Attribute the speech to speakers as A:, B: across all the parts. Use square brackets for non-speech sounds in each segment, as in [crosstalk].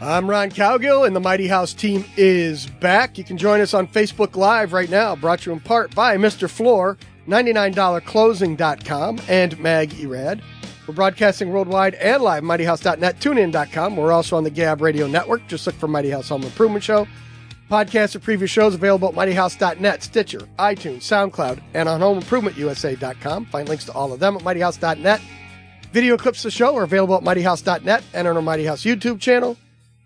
A: I'm Ron Cowgill, and the Mighty House team is back. You can join us on Facebook Live right now, brought to you in part by Mr. Floor, $99closing.com, and Mag Erad. We're broadcasting worldwide and live, mightyhouse.net, tunein.com. We're also on the Gab Radio Network. Just look for Mighty House Home Improvement Show. Podcasts of previous shows available at mightyhouse.net, Stitcher, iTunes, SoundCloud, and on homeimprovementusa.com. Find links to all of them at mightyhouse.net. Video clips of the show are available at mightyhouse.net and on our Mighty House YouTube channel.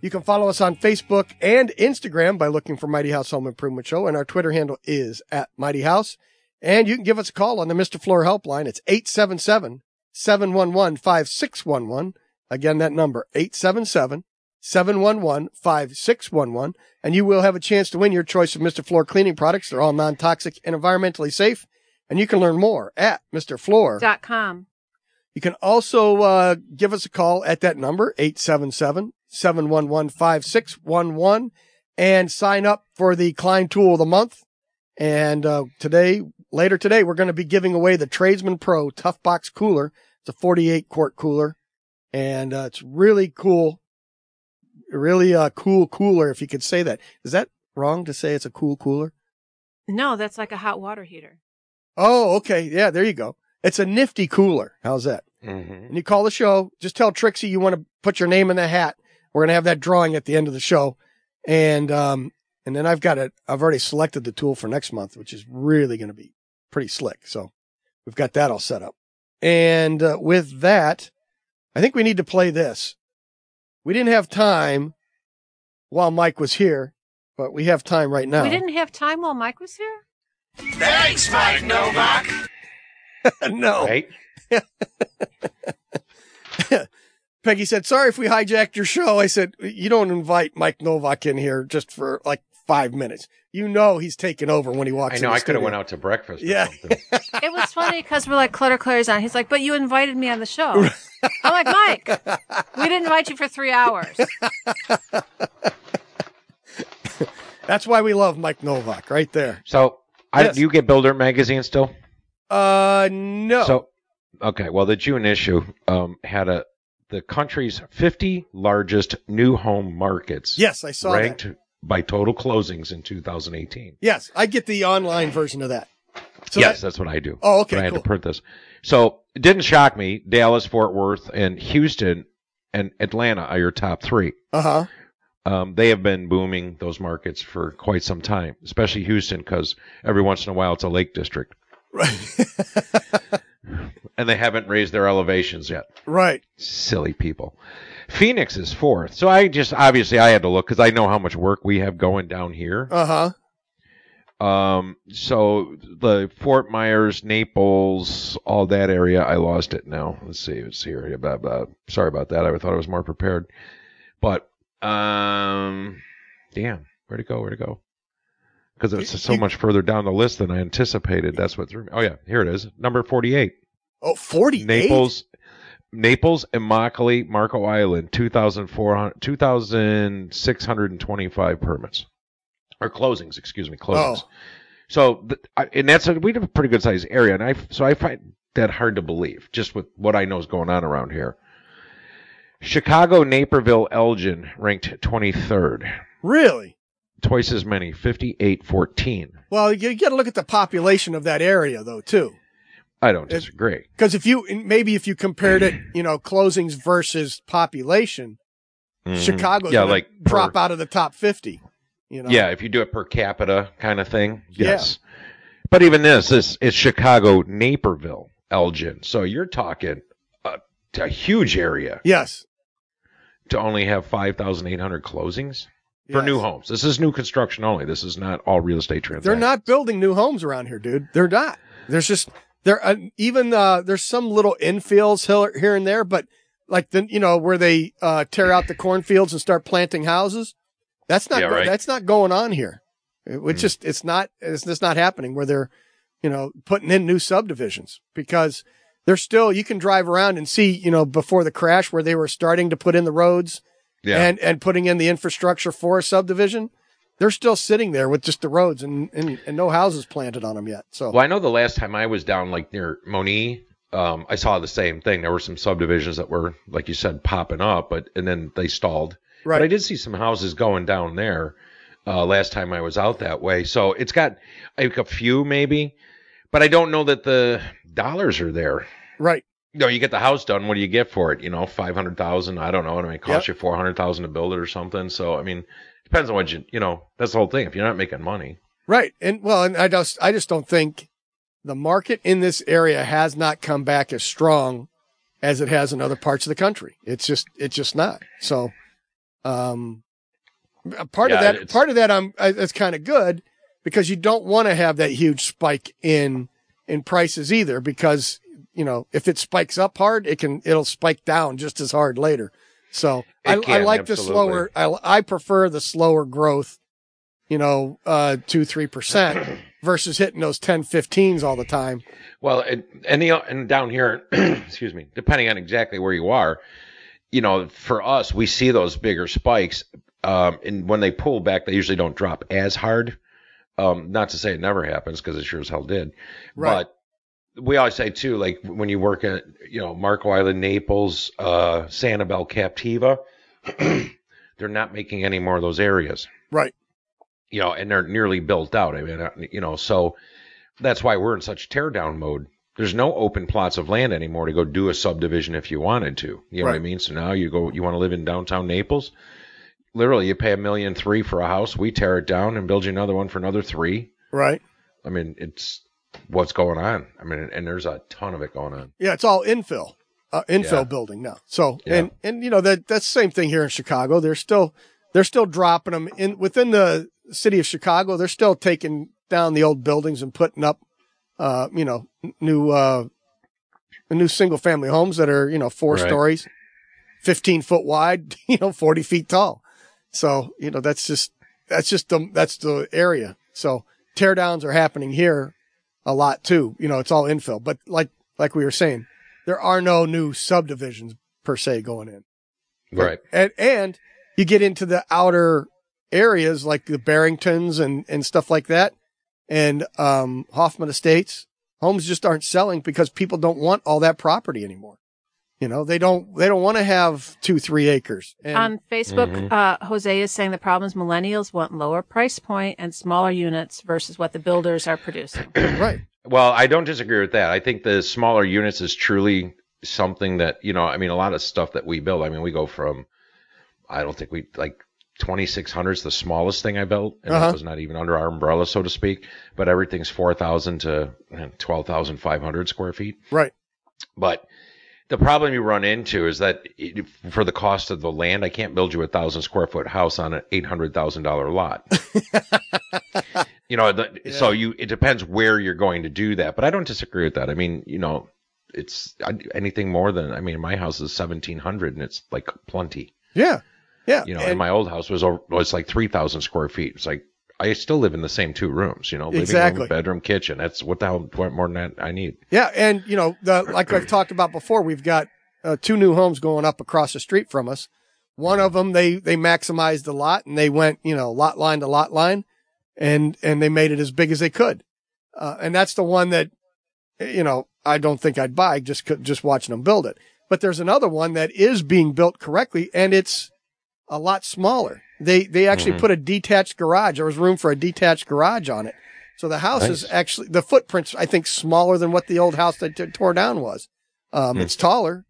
A: You can follow us on Facebook and Instagram by looking for Mighty House Home Improvement Show, and our Twitter handle is at Mighty House. And you can give us a call on the Mr. Floor helpline. It's 877 711 5611. Again, that number, 877 711 5611. And you will have a chance to win your choice of Mr. Floor cleaning products. They're all non toxic and environmentally safe. And you can learn more at Mr. Floor.
B: dot com.
A: You can also uh, give us a call at that number, 877 711 5611, and sign up for the Klein Tool of the Month. And uh, today, later today, we're going to be giving away the Tradesman Pro Tough Box Cooler. It's a 48 quart cooler, and uh, it's really cool. Really uh, cool cooler, if you could say that. Is that wrong to say it's a cool cooler?
B: No, that's like a hot water heater.
A: Oh, okay. Yeah, there you go. It's a nifty cooler. How's that? And you call the show. Just tell Trixie you want to put your name in the hat. We're going to have that drawing at the end of the show. And, um, and then I've got it. I've already selected the tool for next month, which is really going to be pretty slick. So we've got that all set up. And uh, with that, I think we need to play this. We didn't have time while Mike was here, but we have time right now.
B: We didn't have time while Mike was here.
C: Thanks, Mike Novak.
A: [laughs] no.
D: Right?
A: Peggy said, sorry if we hijacked your show. I said, you don't invite Mike Novak in here just for like five minutes. You know, he's taking over when he walks
D: I
A: in
D: know.
A: the
D: I could have
A: studio.
D: went out to breakfast. Or
A: Yeah. [laughs]
D: Something.
B: It was funny because we're like Clutter Claire's on. He's like, but you invited me on the show. I'm like, Mike, we didn't invite you for three hours.
A: That's why we love Mike Novak right there.
D: So, I,
A: Yes.
D: do you get Builder magazine still?
A: Uh, no.
D: So, okay. Well, the June issue um, had a the country's 50 largest new home markets.
A: yes, I saw that.
D: ranked by total closings in 2018.
A: Yes, I get the online version of that. So
D: yes,
A: that-
D: that's what I do.
A: Oh, okay,
D: But I had
A: cool.
D: to print this. So it didn't shock me. Dallas, Fort Worth, and Houston and Atlanta are your top three.
A: uh-huh.
D: Um, they have been booming those markets for quite some time, especially Houston, because every once in a while it's a lake district,
A: Right.
D: [laughs] and they haven't raised their elevations yet.
A: right.
D: Silly people. Phoenix is fourth. So I just obviously I had to look because I know how much work we have going down here.
A: Uh-huh.
D: Um, so the Fort Myers, Naples, all that area, I lost it now. Let's see, it's here. Yeah, Blah, blah. Sorry about that. I thought I was more prepared, but um, damn, where'd it go? Where'd it go? Because it's so
A: You-
D: much further down the list than I anticipated. That's what threw me. Oh yeah, here it is, number forty-eight.
A: Oh, 48?
D: Naples, Naples, Immokalee, Marco Island, 2,400 2,625 permits or closings, excuse me, closings.
A: Oh.
D: So, th- I- and that's a, we have a pretty good sized area, and I so I find that hard to believe, just with what I know is going on around here. Chicago, Naperville, Elgin ranked 23rd,
A: Really?
D: twice as many, 58, 14.
A: Well, you got to look at the population of that area though, too.
D: I don't
A: It's-
D: disagree.
A: Because if you and maybe if you compared it, you know, closings versus population,
D: Mhm.
A: Chicago's
D: yeah,
A: gonna
D: like per-
A: drop out of the top fifty. You know,
D: Yeah, if you do it per capita kind of thing.
A: Yeah.
D: Yes. But even this, this it's Chicago, Naperville, Elgin. So you're talking a, a huge area
A: Yes.
D: to only have 5,800 closings for
A: Yes.
D: new homes. This is new construction only. This is not all real estate transactions.
A: They're not building new homes around here, dude. They're not. There's just there uh, even uh, there's some little infills here, here and there, but like the you know where they uh, tear out the cornfields and start planting houses. That's not
D: Yeah,
A: go-
D: right.
A: that's not going on here. It, it's
D: Mm.
A: just it's not it's just not happening where they're you know putting in new subdivisions because they're still you can drive around and see you know before the crash where they were starting to put in the roads
D: Yeah.
A: and and putting in the infrastructure for a subdivision. They're still sitting there with just the roads and and, and no houses planted on them yet. So
D: Well, I know the last time I was down like near Moni, um, I saw the same thing. There were some subdivisions that were, like you said, popping up, but and then they stalled. But I
A: right,
D: did see some houses going down there uh, last time I was out that way. So it's got like a few maybe, but I don't know that the dollars are there.
A: right.
D: You know, you get the house done. What do you get for it? You know, five hundred thousand. I don't know. It may cost you four hundred thousand to build it or something. So I mean, depends on what you you know. That's the whole thing. If you're not making money,
A: Right. And well, and I just I just don't think the market in this area has not come back as strong as it has in other parts of the country. It's just it's just not. So um a part of
D: Yeah,
A: that
D: it's-
A: part of that I'm I, that's kind of good because you don't want to have that huge spike in in prices either because you know if it spikes up hard it can it'll spike down just as hard later. So
D: It
A: I, I
D: can,
A: like the
D: absolutely.
A: slower I I prefer the slower growth you know, uh, two,
D: [clears throat]
A: three percent versus hitting those 10, 15s all the time.
D: Well, and and, the, and down here, [clears throat] excuse me, depending on exactly where you are, you know, for us, we see those bigger spikes. Um, and when they pull back, they usually don't drop as hard. Um, not to say it never happens because it sure as hell did.
A: Right.
D: But we always say too, like when you work at, you know, Marco Island, Naples, uh, Sanibel, Captiva, [clears throat] they're not making any more of those areas
A: Right.
D: you know, and they're nearly built out. I mean, uh, you know, so that's why we're in such teardown mode. There's no open plots of land anymore to go do a subdivision if you wanted to. You know what I
A: Right.
D: mean? So now you go, you want to live in downtown Naples. Literally, you pay a million three for a house. We tear it down and build you another one for another three.
A: Right.
D: I mean, it's what's going on. I mean, and there's a ton of it going on.
A: Yeah. It's all infill, uh, infill
D: Yeah.
A: building now. So,
D: Yeah.
A: and, and, you know, that, that's the same thing here in Chicago. They're still, they're still dropping them in within the city of Chicago. They're still taking down the old buildings and putting up, uh, you know, n- new, uh, new single family homes that are, you know, four
D: Right.
A: stories, 15 foot wide, [laughs] you know, 40 feet tall. So, you know, that's just, that's just the, that's the area. So teardowns are happening here a lot too. You know, it's all infill, but like, like we were saying, there are no new subdivisions per se going in.
D: Right.
A: And, and you get into the outer areas like the Barringtons and, and stuff like that. And, um, Hoffman Estates homes just aren't selling because people don't want all that property anymore. You know, they don't, they don't want to have two, three acres. And,
B: On Facebook, uh, Jose is saying the problem is millennials want lower price point and smaller units versus what the builders are producing.
A: right.
D: Well, I don't disagree with that. I think the smaller units is truly something that, you know, I mean, a lot of stuff that we build. I mean, we go from, I don't think we like 2600 is the smallest thing I built, and
A: Uh-huh.
D: that was not even under our umbrella, so to speak. But everything's 4,000 to eh, 12,500 square feet.
A: Right.
D: But the problem you run into is that it- for the cost of the land, I can't build you a thousand square foot house on an eight hundred thousand dollar
A: [laughs]
D: lot. you know, the, so you it depends where you're going to do that. But I don't disagree with that. I mean, you know, it's I- anything more than I mean, my house is seventeen hundred, and it's like plenty.
A: Yeah. Yeah.
D: You know,
A: And-
D: and my old house was over, was like three thousand square feet. It's like I still live in the same two rooms. You know, living
A: Exactly.
D: room, bedroom, kitchen. That's what the hell what more than that I need.
A: Yeah, and you know, the, like I've talked about before, we've got uh, two new homes going up across the street from us. One of them, they they maximized the lot and they went, you know, lot line to lot line, and and they made it as big as they could. Uh, and that's the one that, you know, I don't think I'd buy just co- just watching them build it. But there's another one that is being built correctly, and it's a lot smaller. They they actually
D: Mhm.
A: put a detached garage. There was room for a detached garage on it. So the house is
D: Nice.
A: actually the footprint's I think smaller than what the old house that t- tore down was. Um,
D: Hmm.
A: It's taller,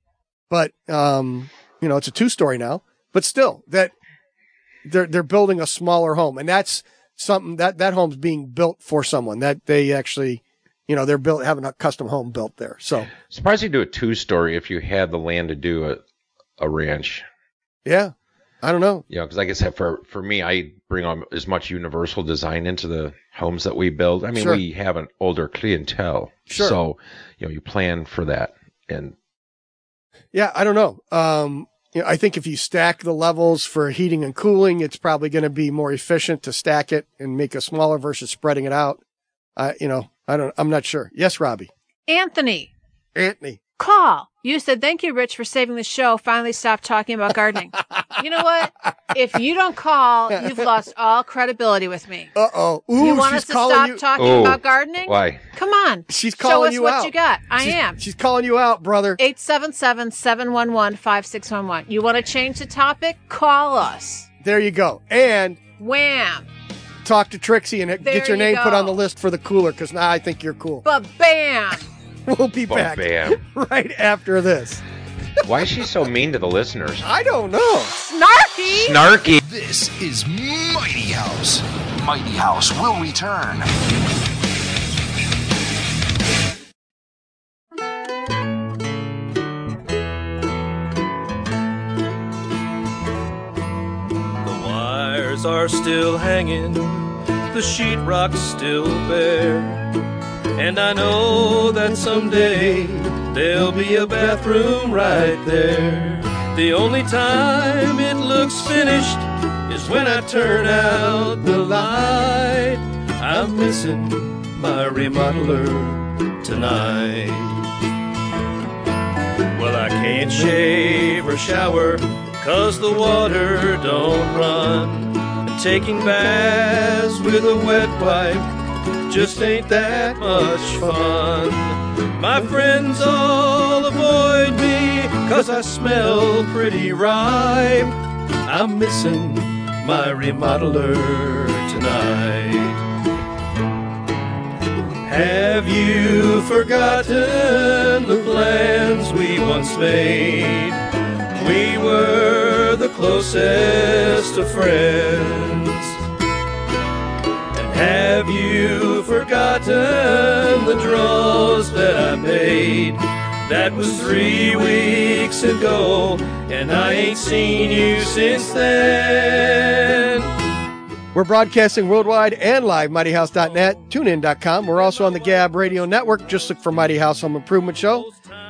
A: but um, you know it's a two story now. But still, that they're they're building a smaller home, and that's something that that home's being built for someone that they actually, you know, they're built having a custom home built there. So
D: Surprised you do a two story if you had the land to do a, a ranch.
A: yeah, I don't know.
D: You know, because like I said, for for me, I bring on as much universal design into the homes that we build. I mean,
A: Sure.
D: we have an older clientele,
A: Sure.
D: so you know, you plan for that. And
A: Yeah, I don't know. Um, you know, I think if you stack the levels for heating and cooling, it's probably going to be more efficient to stack it and make it smaller versus spreading it out. Uh, you know, I don't, I'm not sure. Yes, Robbie.
B: Anthony,
A: Anthony.
B: call. You said, thank you, Rich, for saving the show. Finally stopped talking about gardening. you know what? If you don't call, you've lost all credibility with me.
A: Uh oh. Ooh,
B: you want
A: she's
B: us to
A: calling
B: stop
A: you.
B: talking
D: Oh,
B: about gardening?
D: Why?
B: Come on.
A: She's
B: Show
A: calling
B: us
A: you
B: what
A: out.
B: you got. I
A: She's-
B: am.
A: She's calling you out, brother.
B: 877-711-5611. You want to change the topic? Call us.
A: There you go. And
B: Wham.
A: talk to Trixie and
B: There
A: get your
B: you
A: name put
B: go.
A: on the list for the cooler because now I think you're cool.
B: Ba bam.
A: We'll be
D: Bam,
A: back
D: bam.
A: [laughs] right after this.
D: Why is she
B: [laughs]
D: so mean to the listeners?
A: I don't know.
B: Snarky.
D: Snarky.
C: This is Mighty House. Mighty House will return.
E: The wires are still hanging, the sheetrock's still bare. And I know that someday there'll be a bathroom right there. The only time it looks finished is when I turn out the light. I'm missing my remodeler tonight. Well, I can't shave or shower 'cause the water don't run. And taking baths with a wet wipe just ain't that much fun. My friends all avoid me 'cause I smell pretty ripe. I'm missing my remodeler tonight. Have you forgotten the plans we once made? We were the closest of friends. And have you forgotten the draws that I made? That was three weeks ago, and I ain't seen you since then.
A: We're broadcasting worldwide and live, mightyhouse.net, tunein.com. We're also on the Gab Radio Network. Just look for Mighty House Home Improvement Show.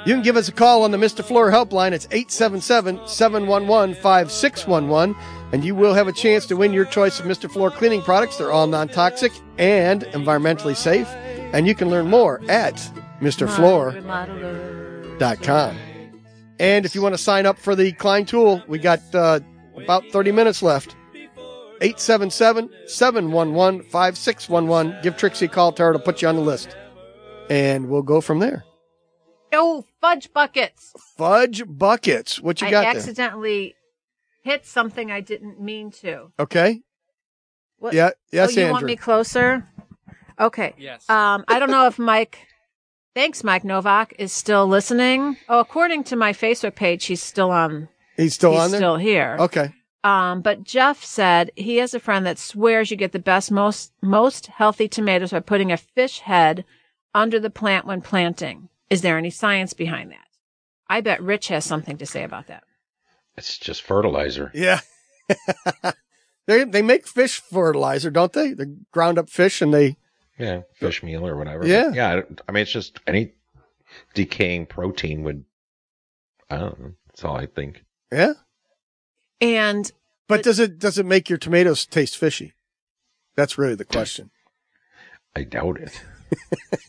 A: You can give us a call on the Mr. Floor helpline. It's 877 711 5611, and you will have a chance to win your choice of Mr. Floor cleaning products. They're all non toxic and environmentally safe. And you can learn more at MrFloor.com. And if you want to sign up for the Klein Tool, we got uh, about 30 minutes left. 877-711-5611. Give Trixie a call. Tell her to put you on the list. And we'll go from there.
B: Oh, fudge buckets.
A: Fudge buckets. What you
B: I
A: got
B: accidentally hit something I didn't mean to.
A: there? Okay.
B: What?
A: Yeah. Yes,
B: oh, you
A: Andrew.
B: want me closer? Okay.
E: Yes.
B: Um, I don't know if Mike, thanks, Mike Novak, is still listening. Oh, according to my Facebook page, he's still on.
A: He's still
B: he's
A: on there?
B: still here.
A: Okay.
B: Um, but Jeff said he has a friend that swears you get the best, most most healthy tomatoes by putting a fish head under the plant when planting. Is there any science behind that? I bet Rich has something to say about that.
D: It's just fertilizer.
A: Yeah. [laughs] they they make fish fertilizer, don't they? They ground up fish and they
D: Yeah, fish meal or whatever.
A: Yeah.
D: yeah. I don't- I mean, it's just any decaying protein would. I don't know. That's all I think.
A: Yeah.
B: And
A: But does it does it make your tomatoes taste fishy? That's really the question.
D: I doubt it.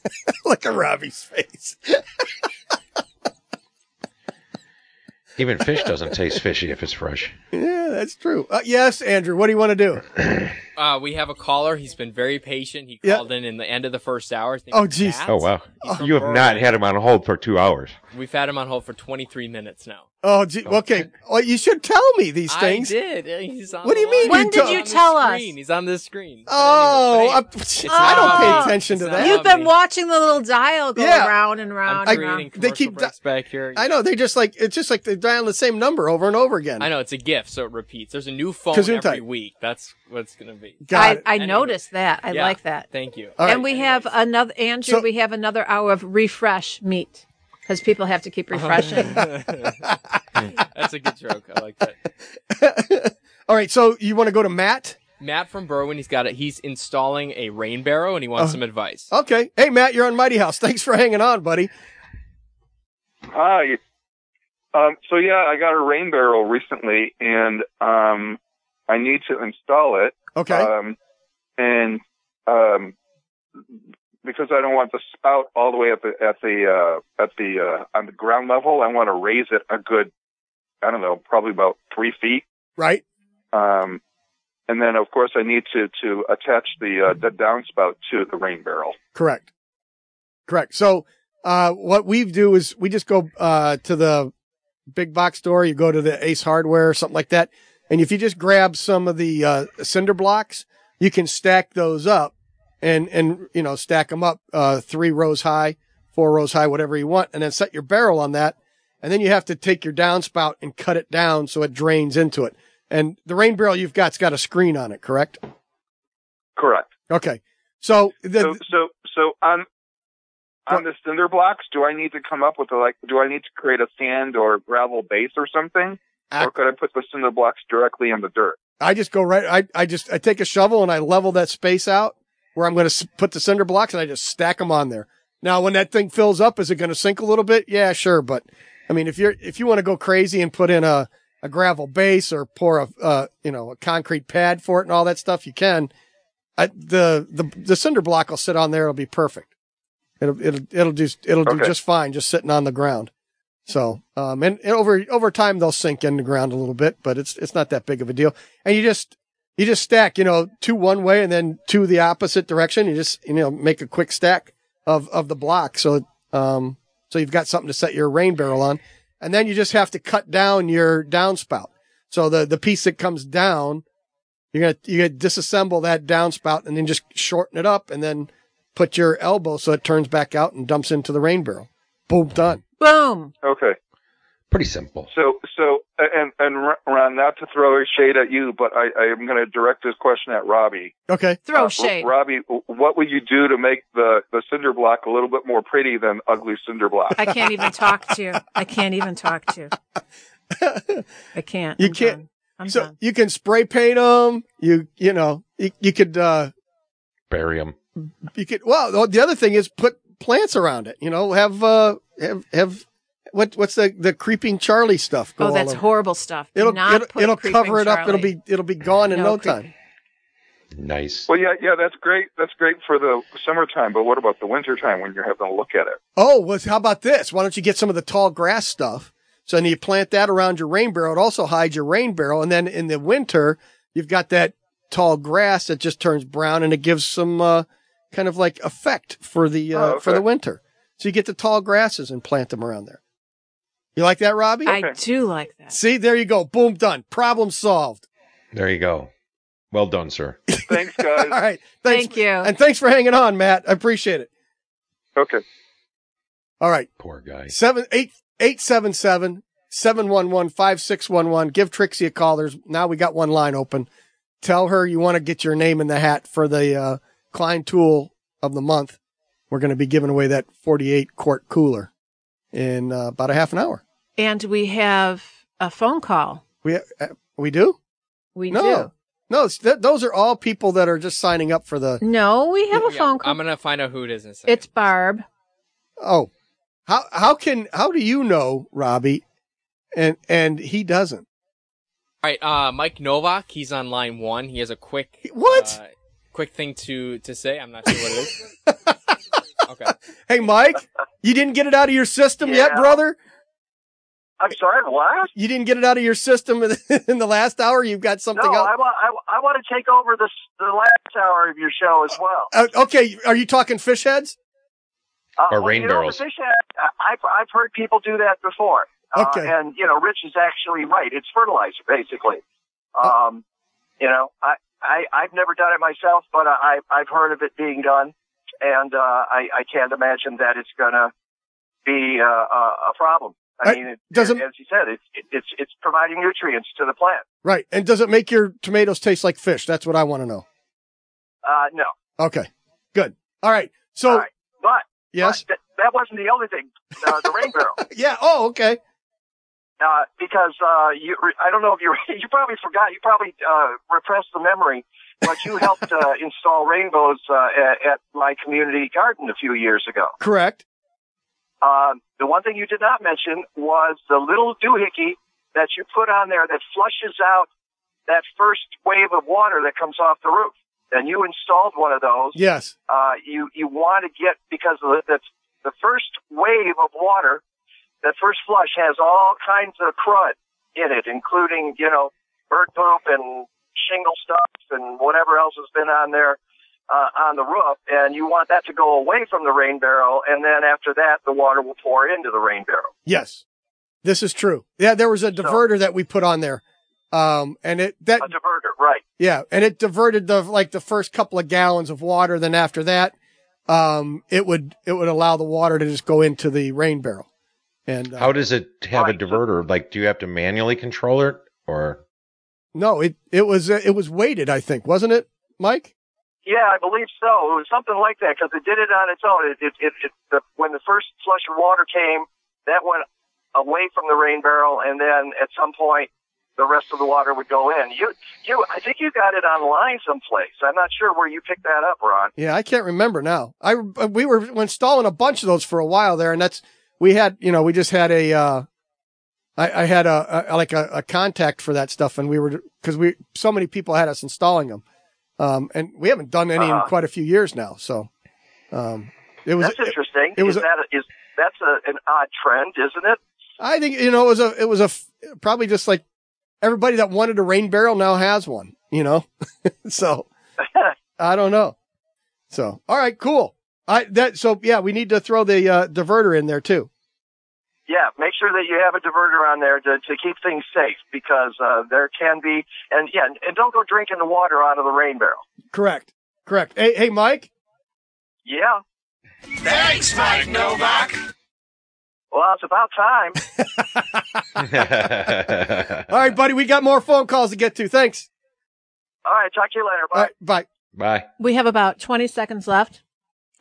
A: [laughs] Look at Robbie's face.
D: Even fish doesn't taste fishy if it's fresh.
A: Yeah, that's true. Uh, yes, Andrew, what do you want to do?
F: Uh, we have a caller. He's been very patient. He
A: Yeah.
F: called in in the end of the first hour. His name
A: Oh,
F: is
A: jeez.
F: Matt.
D: Oh wow,
F: He's from
D: you have not
F: Burbank.
D: had him on hold for two hours.
F: We've had him on hold for 23 minutes now.
A: Oh, gee, okay. Well, you should tell me these things.
F: I did. He's on
A: What do you
F: the
A: mean
F: line.
A: you When did told-
B: you
F: He's on the
B: tell us?
F: screen. He's on this screen. But
A: Oh,
F: anyway,
A: I,
F: but
A: psh,
F: anyway,
A: [laughs] I don't pay
B: not-
A: attention to
F: it's
A: that.
F: not-
B: you've been watching the little dial go
A: Yeah.
B: round and
F: I'm
B: round and
F: creating
B: round.
F: commercial
A: They keep di-
F: breaks back here.
A: I know they just like it's just like they dial the same number over and over again.
F: I know it's a gift, so it repeats. There's a new phone
A: Gesundheit.
F: every week. That's what it's gonna be.
A: Got
B: I,
A: it.
B: I
F: Anyway.
B: noticed that. I
F: Yeah,
B: like that.
F: Thank you.
A: All right.
B: And we have another, Andrew,
A: So-
B: we have another hour of refresh meat because people have to
F: Oh.
B: keep
F: [laughs]
B: refreshing.
F: [laughs] That's a good joke. I like that.
A: All right, so you want to go to Matt?
F: Matt from Berwyn. He's got it. He's installing a rain barrow, and he
A: Uh-huh.
F: wants some advice.
A: Okay. Hey, Matt, you're on Mighty House. Thanks for hanging on, buddy.
G: Hi.
H: Um, so yeah, I got a rain barrel recently, and um, I need to install it.
A: Okay.
I: Uh,
H: Um, and um, because I don't want the spout all the way at the at the uh, at the uh, on the ground level, I want to raise it a good, I don't know, probably about three feet.
A: right.
H: Um, and then of course I need to to attach the uh, the downspout to the rain barrel.
A: Correct. Correct. So, uh, what we do is we just go, uh, to the big box store. You go to the Ace Hardware or something like that. And if you just grab some of the, uh, cinder blocks, you can stack those up and, and, you know, stack them up, uh, three rows high, four rows high, whatever you want, and then set your barrel on that. And then you have to take your downspout and cut it down so it drains into it. And the rain barrel you've got's got a screen on it, correct?
H: Correct.
A: Okay. So the,
H: So so so on on the cinder blocks, do I need to come up with a, like do I need to create a sand or gravel base or something, or
A: Ac-
H: could I put the cinder blocks directly in the dirt?
A: I just go right. I, I just I take a shovel and I level that space out where I'm going to s- put the cinder blocks and I just stack them on there. Now, when that thing fills up, is it going to sink a little bit? Yeah, sure. But I mean, if you're if you want to go crazy and put in a a gravel base or pour a uh, you know a concrete pad for it and all that stuff, you can. I, the the the cinder block will sit on there. It'll be perfect. It'll it'll it'll do it'll do
H: Okay.
A: just fine just sitting on the ground. So um and, and over over time they'll sink in the ground a little bit, but it's it's not that big of a deal. And you just you just stack, you know, two one way and then two the opposite direction. You just you know make a quick stack of of the block. So um so you've got something to set your rain barrel on, and then you just have to cut down your downspout. So the the piece that comes down, you're gonna you gonna disassemble that downspout and then just shorten it up and then put your elbow so it turns back out and dumps into the rain barrel. Boom, done.
B: Boom.
H: Okay.
D: Pretty simple.
H: So, so, and, and Ron, not to throw shade at you, but I, I am going to direct this question at Robbie.
A: Okay.
B: Throw
I: Oh,
H: Uh,
B: shade.
H: Robbie, what would you do to make the, the cinder block a little bit more pretty than ugly cinder block?
B: I can't even talk to you. I can't even talk to you.
A: [laughs]
B: I can't.
A: You
B: I'm
A: can't-
B: done. I'm
A: so
B: done.
A: you can spray paint them. You you know you, you could uh
D: Bury them.
A: you could well the other thing is put plants around it. You know have uh have have what what's the the creeping Charlie stuff? Go
B: Oh, that's
A: all over.
B: horrible stuff. Do
A: It'll
B: not
A: it'll,
B: put
A: it'll
B: Creeping
A: cover it up. It'll
B: Charlie.
A: be it'll be gone in no,
B: Creeping-
A: time.
D: Nice.
H: well, yeah, yeah, that's great. That's great for the summertime, but what about the wintertime when you're having a look at it?
A: [laughs] Oh, well, how about this? Why don't you get some of the tall grass stuff? So then you plant that around your rain barrel. It also hides your rain barrel. And then in the winter, you've got that tall grass that just turns brown and it gives some, uh, kind of like effect for the, uh,
H: Oh, okay.
A: for the winter. So you get the tall grasses and plant them around there. You like that, Robbie?
B: I do like that.
A: See, there you go. Boom, done. Problem solved.
D: There you go. Well done, sir.
H: Thanks,
A: All
H: guys.
A: right. Thanks.
B: Thank you.
A: And thanks for hanging on, Matt. I appreciate it.
H: okay.
A: All right.
D: Poor guy.
A: Seven eight eight seven seven seven one one five six one one. Give Trixie a call. There's now we got one line open. Tell her you want to get your name in the hat for the uh, Klein Tool of the month. We're going to be giving away that 48 quart cooler in uh, about a half an hour.
B: And we have a phone call.
A: We uh, we do
B: We
A: no no. it's- th- those are all people that are just signing up for the
B: do. No, we have a
F: Yeah,
B: phone call.
F: I'm gonna find out who it is in a second.
B: It's Barb.
A: oh how how can how do you know Robbie and and he doesn't
F: all right. Uh, Mike Novak. He's on line one. He has a quick
A: What?
F: uh, quick thing to to say. I'm not sure what it is.
A: [laughs]
F: okay.
A: hey Mike you didn't get it out of your system yet
H: Yeah.
A: brother
H: I'm sorry, what?
A: you didn't get it out of your system in the, [laughs] in the last hour. You've got something else.
H: want, I, I want to take over this, the last hour of your show as well.
A: Uh, okay, are you talking fish heads?
H: Uh,
D: Or
H: well,
D: rain
H: you know,
D: barrels.
H: the fish head, I- I've, I've heard people do that before.
A: Okay.
H: Uh, and, you know, Rich is actually right. It's fertilizer, basically. Um, you know, I, I, I've never done it myself, but I, I've heard of it being done. And, uh, I, I can't imagine that it's gonna be, uh, a, a problem. I
A: Uh,
H: mean, it,
A: doesn't-
H: as you said, it's, it's, it's providing nutrients to the plant.
A: Right. And does it make your tomatoes taste like fish? That's what I want to know.
H: Uh, no.
A: Okay, good. All right. So
H: All right. But,
A: yes,
H: but that, that wasn't the only thing, uh, the rain
A: [laughs]
H: barrel.
A: yeah. Oh, okay.
H: uh, because uh, you, I don't know if you [laughs] you probably forgot. You probably uh, repressed the memory, but you helped
A: [laughs]
H: uh, install rainbows uh, at, at my community garden a few years ago.
A: Correct.
H: Um, the one thing you did not mention was the little doohickey that you put on there that flushes out that first wave of water that comes off the roof. And you installed one of those.
A: Yes.
H: Uh, you you want to get because the, the the first wave of water, that first flush has all kinds of crud in it, including you know bird poop and shingle stuff and whatever else has been on there uh, on the roof, and you want that to go away from the rain barrel, and then after that, the water will pour into the rain barrel.
A: Yes. This is true. Yeah, there was a diverter that we put on there. Um, and it, that,
H: A diverter, right?
A: yeah, and it diverted the, like the first couple of gallons of water. Then after that, um, it would, it would allow the water to just go into the rain barrel. And, uh,
D: How does it have a
H: Right.
D: diverter? Like, do you have to manually control it,
H: [laughs]
D: or
A: no, it, it was, uh, it was weighted, I think, wasn't it, Mike?
H: Yeah, I believe so. It was something like that because it did it on its own. It, it, it, it the, when the first flush of water came, that went away from the rain barrel, and then at some point, the rest of the water would go in. You, you, I think you got it online someplace. I'm not sure where you picked that up, Ron.
A: Yeah, I can't remember now. I uh, we were installing a bunch of those for a while there, and that's we had you know we just had a uh, I, I had a, a like a, a contact for that stuff, and we were because we so many people had us installing them, um, and we haven't done any in
H: Uh-huh.
A: quite a few years now. So um, it was
H: That's interesting.
A: it was
H: is
A: a-
H: that a, is that's a, an odd trend, isn't it?
A: I think you know it was a it was a f- probably just like everybody that wanted a rain barrel now has one, you know. [laughs] so I don't know. So all right, cool. I that so yeah, we need to throw the uh, diverter in there too.
H: Yeah, make sure that you have a diverter on there to, to keep things safe because uh, there can be and yeah, and don't go drinking the water out of the rain barrel.
A: Correct. Correct. Hey, hey, Mike.
H: Yeah,
C: Thanks, Mike Novak.
H: well, it's about time.
A: All right, buddy. We got more phone calls to get to. Thanks.
H: All right, talk to you later.
A: All
H: Bye.
A: right, bye.
D: bye?
B: We have about 20 seconds left.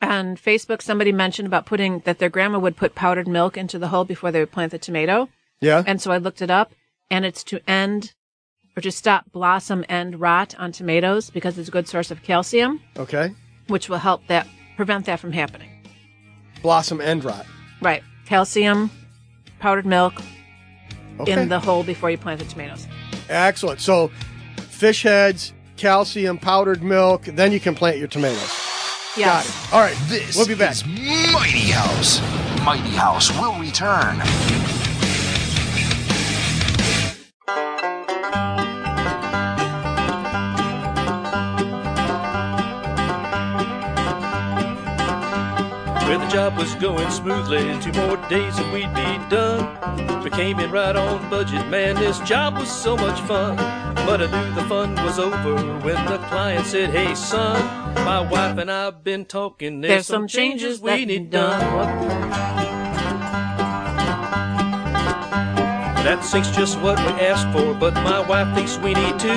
B: On Facebook, somebody mentioned about putting that their grandma would put powdered milk into the hole before they would plant the tomato.
A: Yeah.
B: And so I looked it up and it's to end or to stop blossom end rot on tomatoes because it's a good source of calcium,
A: Okay.
B: which will help that prevent that from happening.
A: Blossom end rot.
B: Right. Calcium, powdered milk
A: Okay.
B: in the hole before you plant the tomatoes.
A: Excellent. So, fish heads, calcium, powdered milk. Then you can plant your tomatoes. Got
B: Yes.
A: it. All right.
C: This
A: we'll be back.
C: is Mighty House. Mighty House will return.
E: Where the job was going smoothly, two more days and we'd be done. We came in right on budget, man, this job was so much fun. But I knew the fun was over when the client said, Hey son, my wife and I've been talking. There's,
B: There's some changes that
E: we
B: need
E: need
B: done."
E: done. That sink's just what we asked for, but my wife thinks we need two.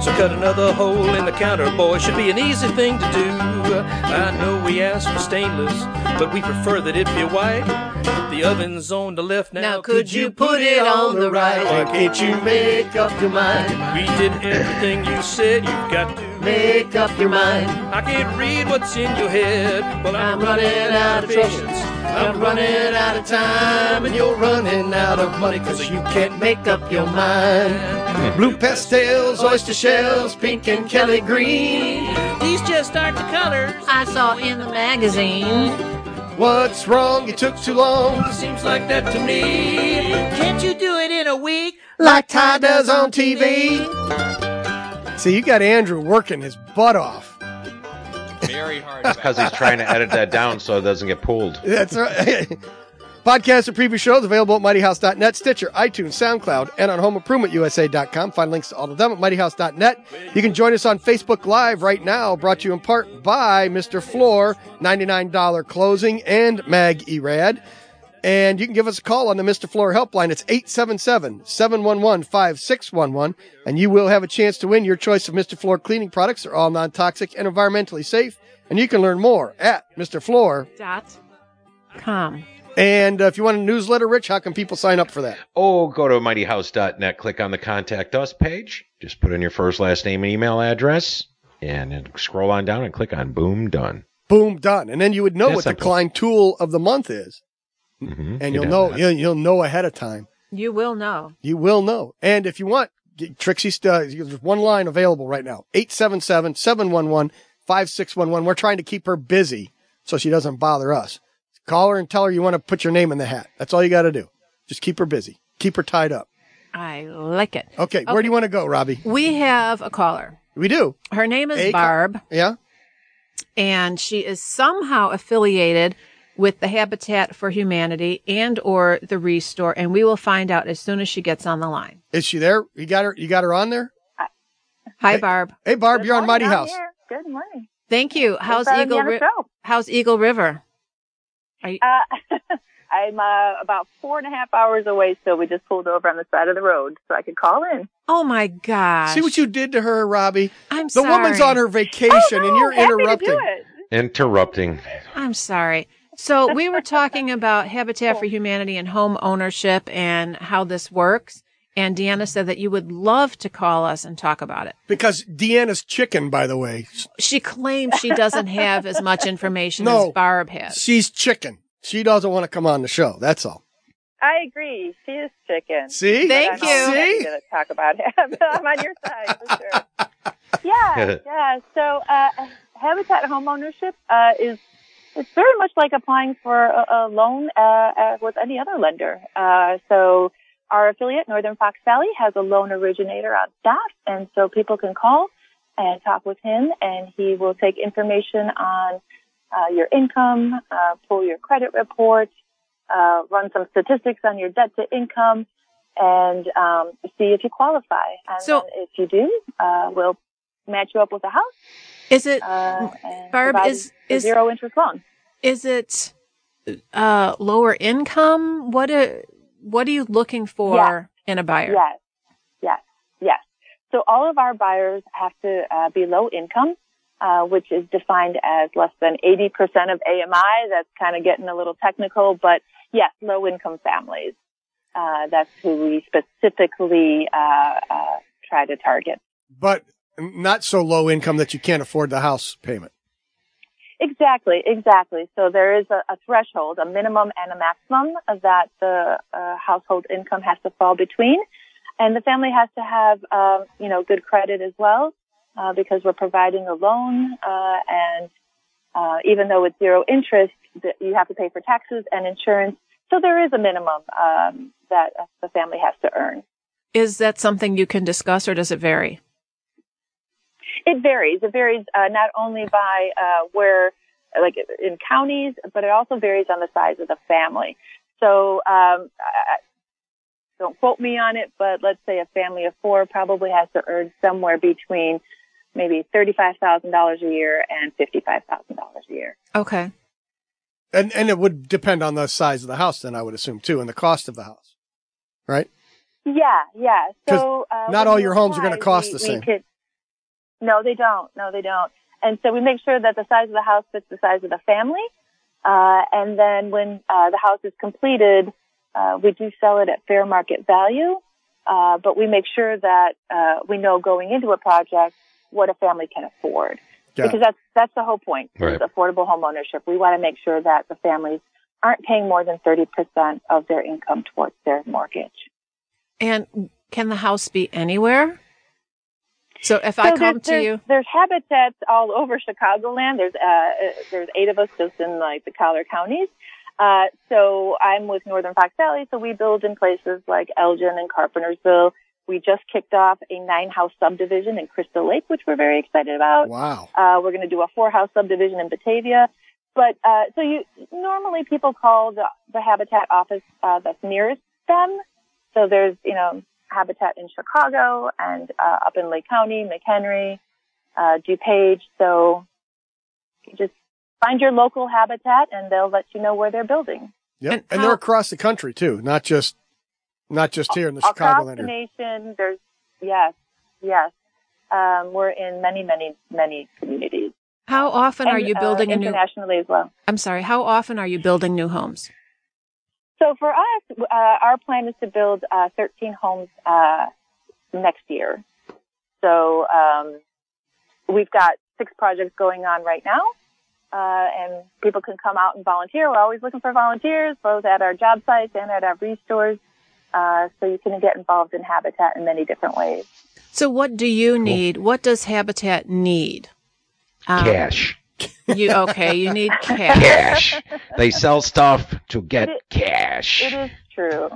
E: So cut another hole in the counter, boy, should be an easy thing to do. I know we asked for stainless, but we prefer that it be white. The oven's on the left now.
B: Now, could you put it on the right?
A: Why can't you make up your mind?
E: We did everything you said you've got to.
A: Make up your mind.
E: I can't read what's in your head. Well, I'm,
A: I'm running out of
E: patience.
A: patience. I'm running out of time, and you're running out of money because you can't make up your mind. Blue pastels, oyster shells, pink and Kelly green.
E: These just aren't the colors.
B: I saw in the magazine.
A: What's wrong? It took too long.
E: Seems like that to me. Can't you do it in a week?
A: Like Ty does on TV. See, you got Andrew working his butt off.
F: Very hard. about
D: Because he's trying to edit that down so it doesn't get pulled.
A: That's right. [laughs] Podcast and previous shows available at mightyhouse.net, Stitcher, iTunes, SoundCloud, and on homeimprovementusa.com. Find links to all of them at mightyhouse.net. You can join us on Facebook Live right now, brought to you in part by Mr. Floor, $99 closing, and Mag Erad. And you can give us a call on the Mr. Floor helpline. It's 877 711 5611. And you will have a chance to win your choice of Mr. Floor cleaning products. They're all non toxic and environmentally safe. And you can learn more at Mr. Floor
B: Dot com.
A: and uh, if you want a newsletter, Rich, how can people sign up for that?
D: Oh, go to mightyhouse.net, click on the contact us page. Just put in your first, last name, and email address, and then scroll on down and click on boom done.
A: Boom, done. And then you would know
D: That's
A: what the
D: simple.
A: Klein tool of the month is.
D: Mhm.
A: and
D: He
A: you'll
D: does
A: know
D: that.
A: you'll, you'll know ahead of time.
B: You will know.
A: You will know. And if you want, get Trixie Studs, there's one line available right now 877 711 5611. We're trying to keep her busy so she doesn't bother us. Call her and tell her you want to put your name in the hat. That's all you got to do. Just keep her busy, keep her tied up.
B: I like it.
A: Okay, where do you want to go, Robbie?
B: We have a caller.
A: We do.
B: Her name is
A: A call-
B: Barb,
A: Yeah?
B: and she is somehow affiliated with the Habitat for Humanity and or the Restore, and we will find out as soon as she gets on the line.
A: Is she there? You got her you got her on there?
B: Hi, Barb.
A: Hey Barb, you're on Mighty
I: Morning, I'm
A: House.
I: here. Good morning.
B: Thank you. How's
I: Thanks for having me
B: Eagle?
I: on the
B: Ri-
I: show.
B: how's Eagle River? Are you-
I: Uh, [laughs] I'm uh, about four and a half hours away, so we just pulled over on the side of the road so I could call in.
B: oh my gosh!
A: See what you did to her, Robbie?
B: I'm
A: The woman's on her vacation
I: oh, no,
A: and you're
I: happy
A: interrupting.
I: To do it.
D: Interrupting.
B: I'm sorry. So we were talking about Habitat for Humanity and home ownership and how this works. And Deanna said that you would love to call us and talk about it.
A: Because Deanna's chicken, by the way.
B: She claims she doesn't have as much information
A: No.
B: as Barb has.
A: She's chicken. She doesn't want to come on the show. That's all.
I: I agree. She is chicken.
A: See?
I: But
B: Thank
I: I'm
B: you.
I: always happy
A: See?
I: to talk about it. [laughs] I'm on your side for sure.
B: [laughs]
I: Yeah, yeah. So uh, habitat homeownership uh, is it's very much like applying for a, a loan uh, uh, with any other lender. Uh, so our affiliate Northern Fox Valley has a loan originator on staff, and so people can call and talk with him, and he will take information on uh, your income, uh, pull your credit report, uh, run some statistics on your debt to income and um, see if you qualify. And
B: So-
I: then if you do, uh, we'll match you up with a house.
B: Is it,
I: Uh, and
B: Barb,
I: provide
B: is-
I: a
B: is-
I: zero interest loan.
B: is it, uh, lower income? What, a, what are you looking for in a buyer?
I: Yes, yes, yes. So all of our buyers have to uh, be low income, uh, which is defined as less than 80% of AMI. That's kind of getting a little technical, but yes, low income families. Uh, that's who we specifically uh, uh, try to target.
A: but not so low income that you can't afford the house payment.
I: Exactly, exactly. So there is a, a threshold, a minimum and a maximum that the uh, household income has to fall between, and the family has to have, um, you know, good credit as well, uh, because we're providing a loan, uh, and uh, even though it's zero interest, that you have to pay for taxes and insurance. So there is a minimum um, that uh, the family has to earn.
B: Is that something you can discuss or does it vary?
I: It varies. It varies uh, not only by uh, where, like in counties, but it also varies on the size of the family. So um, I- I- don't quote me on it, but let's say a family of four probably has to earn somewhere between maybe thirty-five thousand dollars a year and fifty-five thousand dollars a year.
B: Okay.
A: And and it would depend on the size of the house then I would assume too and the cost of the house. Right?
I: Yeah, yeah.
A: 'Cause
I: So uh,
A: not
I: when
A: all
I: you
A: your homes are
I: apply,
A: gonna cost
I: we-
A: the
I: we
A: same.
I: could- no, they don't. No, they don't. And so we make sure that the size of the house fits the size of the family. Uh, and then when uh, the house is completed, uh, we do sell it at fair market value. Uh, but we make sure that uh, we know going into a project what a family can afford
A: Got it.
I: because that's that's the whole point
D: Right.
I: is affordable home ownership. We want to make sure that the families aren't paying more than thirty percent of their income towards their mortgage.
B: And can the house be anywhere? So if I
I: So
B: come
I: there's,
B: to
I: there's,
B: you,
I: there's habitats all over Chicagoland. There's uh, uh, there's eight of us just in like the collar counties. Uh, so I'm with Northern Fox Valley. So we build in places like Elgin and Carpentersville. We just kicked off a nine house subdivision in Crystal Lake, which we're very excited about.
A: Wow.
I: Uh, we're going to do a four house subdivision in Batavia. But uh, so you normally people call the, the Habitat office uh, that's nearest them. So there's you know Habitat in Chicago and uh, up in Lake County, McHenry, uh, DuPage. So you just find your local Habitat and they'll let you know where they're building.
A: Yep. And,
B: And
A: they're
B: how-
A: across the country too, not just not just here in the
I: Across
A: Chicagoland
I: the
A: area.
I: nation, there's yes, yes. Um, we're in many, many, many communities.
B: how often are
I: And,
B: you
I: uh,
B: building a new?
I: internationally as well?
B: I'm sorry. How often are you building new homes?
I: So for us, uh, our plan is to build uh, 13 homes uh, next year. So um, we've got six projects going on right now, uh, and people can come out and volunteer. We're always looking for volunteers, both at our job sites and at our restores. Uh, so you can get involved in habitat in many different ways.
B: So, what do you need? What does Habitat need? Um,
D: Cash.
I: [laughs]
B: You okay? You need cash.
D: Cash. they sell stuff to get cash.
I: It is true.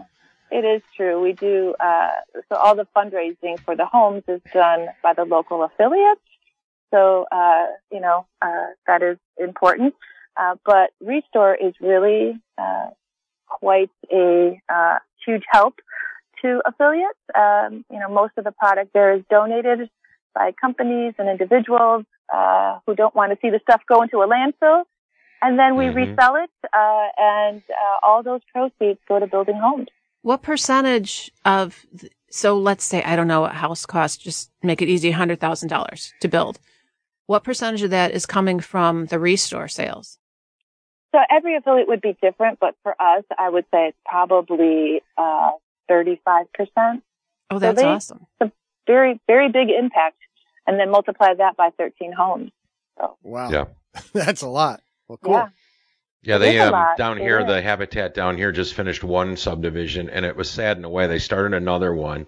I: It is true. We do. Uh, so all the fundraising for the homes is done by the local affiliates. So uh, you know uh, that is important. Uh, but Restore is really uh, quite a uh, huge help to affiliates. Um, you know, most of the product there is donated by companies and individuals uh, who don't want to see the stuff go into a landfill. And then we
D: Mhm.
A: Mm-hmm.
I: resell it, uh, and uh, all those proceeds go to building homes.
B: What percentage of th- so let's say I don't know what house costs, just make it easy, hundred thousand dollars to build. What percentage of that is coming from the restore sales?
I: So every affiliate would be different, but for us, I would say it's probably uh, 35%.
B: Oh, that's
I: they-
B: awesome.
I: Very, very big impact. And then multiply that by 13 homes.
A: Wow. [laughs]
D: Yeah.
A: That's a lot. Well, cool.
I: Yeah.
D: Yeah,
I: It
D: they
I: is a
D: um
I: lot.
D: down
I: It
D: here,
I: is.
D: the habitat down here just finished one subdivision, and it was sad in a way. They started another one,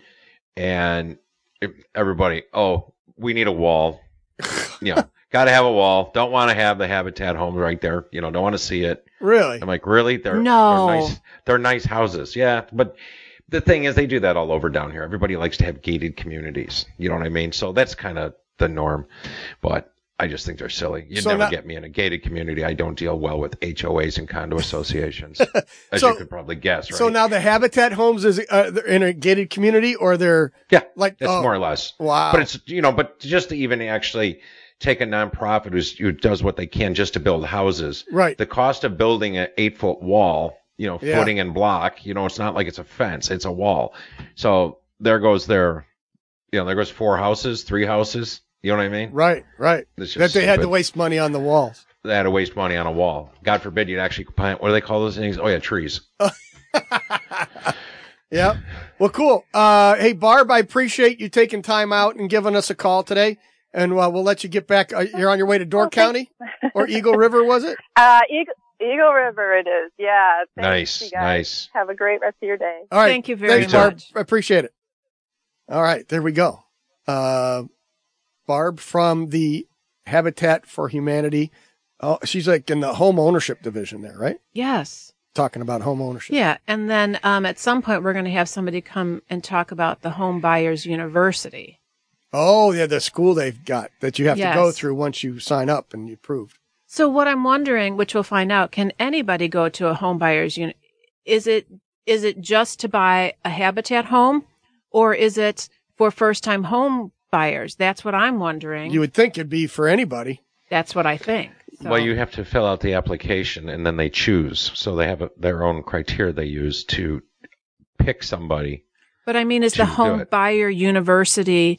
D: and it, everybody, oh, we need a
A: [laughs]
D: wall. you know, got to have a wall. Don't want to have the habitat home right there. You know, don't want to see it.
A: Really?
D: I'm like, really? They're,
B: No.
D: they're nice. They're nice houses. Yeah, but the thing is, they do that all over down here. Everybody likes to have gated communities. You know what I mean? So that's kind of the norm. But I just think they're silly. You'd
A: So
D: never
A: not-
D: get me in a gated community. I don't deal well with HOAs and condo
A: [laughs]
D: associations, as
A: So-
D: you could probably guess, right?
A: So now the Habitat Homes is uh, they're in a gated community or they're
D: yeah,
A: like
D: that's
A: oh,
D: more or less.
A: Wow.
D: But it's you know, but just to even actually take a nonprofit who's, who does what they can just to build houses,
A: right.
D: the cost of building an eight foot wall, you know,
A: Yeah.
D: footing and block, you know, it's not like it's a fence, it's a wall. So there goes their, you know, there goes four houses, three houses. You know what I mean?
A: Right, right.
D: It's just
A: That they had to
D: stupid.
A: waste money on the walls.
D: They had to waste money on a wall. God forbid you'd actually plant. What do they call those things? Oh yeah, trees.
A: Yep. Well, cool. Uh, hey, Barb, I appreciate you taking time out and giving us a call today. And uh, we'll let you get back. Uh, you're on your way to Door
I: Oh,
A: County
I: thanks. [laughs]
A: or Eagle River, was it?
I: Uh, Eagle, Eagle River it is. Yeah. Thanks,
D: Nice,
I: you guys.
D: nice.
I: Have a great rest of your day.
A: All right.
B: Thank you very
A: Thanks, Barb.
B: much.
A: I appreciate it. All right. There we go. Uh, Barb from the Habitat for Humanity. Oh, she's like in the home ownership division there, right?
B: Yes.
A: Talking about home ownership.
B: Yeah, and then um, at some point we're going to have somebody come and talk about the Home Buyers University.
A: Oh, yeah. The school they've got that you have to go
B: Yes.
A: through once you sign up and you approved.
B: So what I'm wondering, which we'll find out, can anybody go to a home buyer's unit? Is it is it just to buy a habitat home, or is it for first time home buyers? That's what I'm wondering.
A: You would think it'd be for anybody.
B: That's what I think. So-
D: Well, you have to fill out the application and then they choose. So they have a, their own criteria they use to pick somebody.
B: But I mean, is
D: to
B: the
D: do
B: home
D: it.
B: buyer university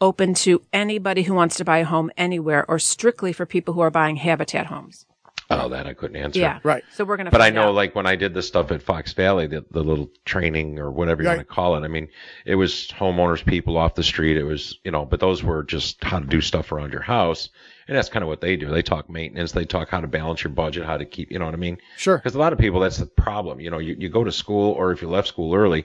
B: open to anybody who wants to buy a home anywhere, or strictly for people who are buying habitat homes?
D: Oh, that I couldn't answer.
B: Yeah,
A: Right.
B: So we're gonna.
D: But I
B: find
D: know,
B: out.
D: like when I did the stuff at Fox Valley, the, the little training or whatever you
A: Right.
D: want to call it. I mean, it was homeowners, people off the street. It was, you know, but those were just how to do stuff around your house, and that's kind of what they do. They talk maintenance, they talk how to balance your budget, how to keep, you know what I mean?
A: Sure.
D: Because a lot of people, that's the problem. You know, you, you go to school, or if you left school early,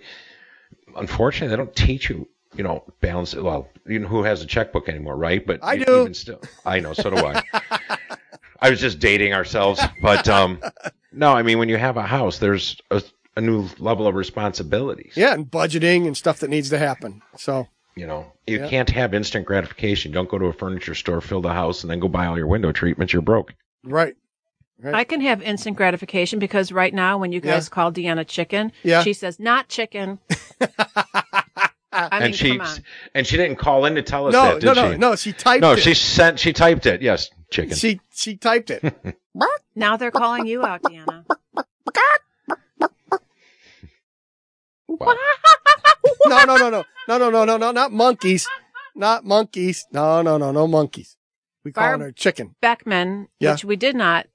D: unfortunately, they don't teach you. You know, balance. Well, you know who has a checkbook anymore, right? But
A: I
D: e-
A: do.
D: Even still, I know. So do I. I was just dating ourselves, but
A: [laughs]
D: um, no, I mean when you have a house, there's a, a new level of responsibilities.
A: Yeah. And budgeting and stuff that needs to happen. So,
D: You know, you
A: Yeah.
D: can't have instant gratification. Don't go to a furniture store, fill the house, and then go buy all your window treatments. You're broke.
A: right.
B: I can have instant gratification because right now, when you guys
A: Yeah.
B: call Deanna chicken,
A: Yeah.
B: she says not
A: [laughs]
B: chicken. I mean,
D: and she
B: come on.
D: and she didn't call in to tell us
A: No,
D: that, did
A: no, no,
D: she?
A: no. She typed
D: No,
A: it.
D: she sent. She typed it. Yes, chicken. [laughs]
A: she, she typed it.
B: Now they're calling you out, Deanna.
D: Wow.
A: no, no, no, no, no, no, no, no, no, not monkeys, not monkeys. No, no, no, no monkeys. We call
B: Barb-
A: her chicken.
B: [laughs] Beckman,
A: Yeah.
B: which we did not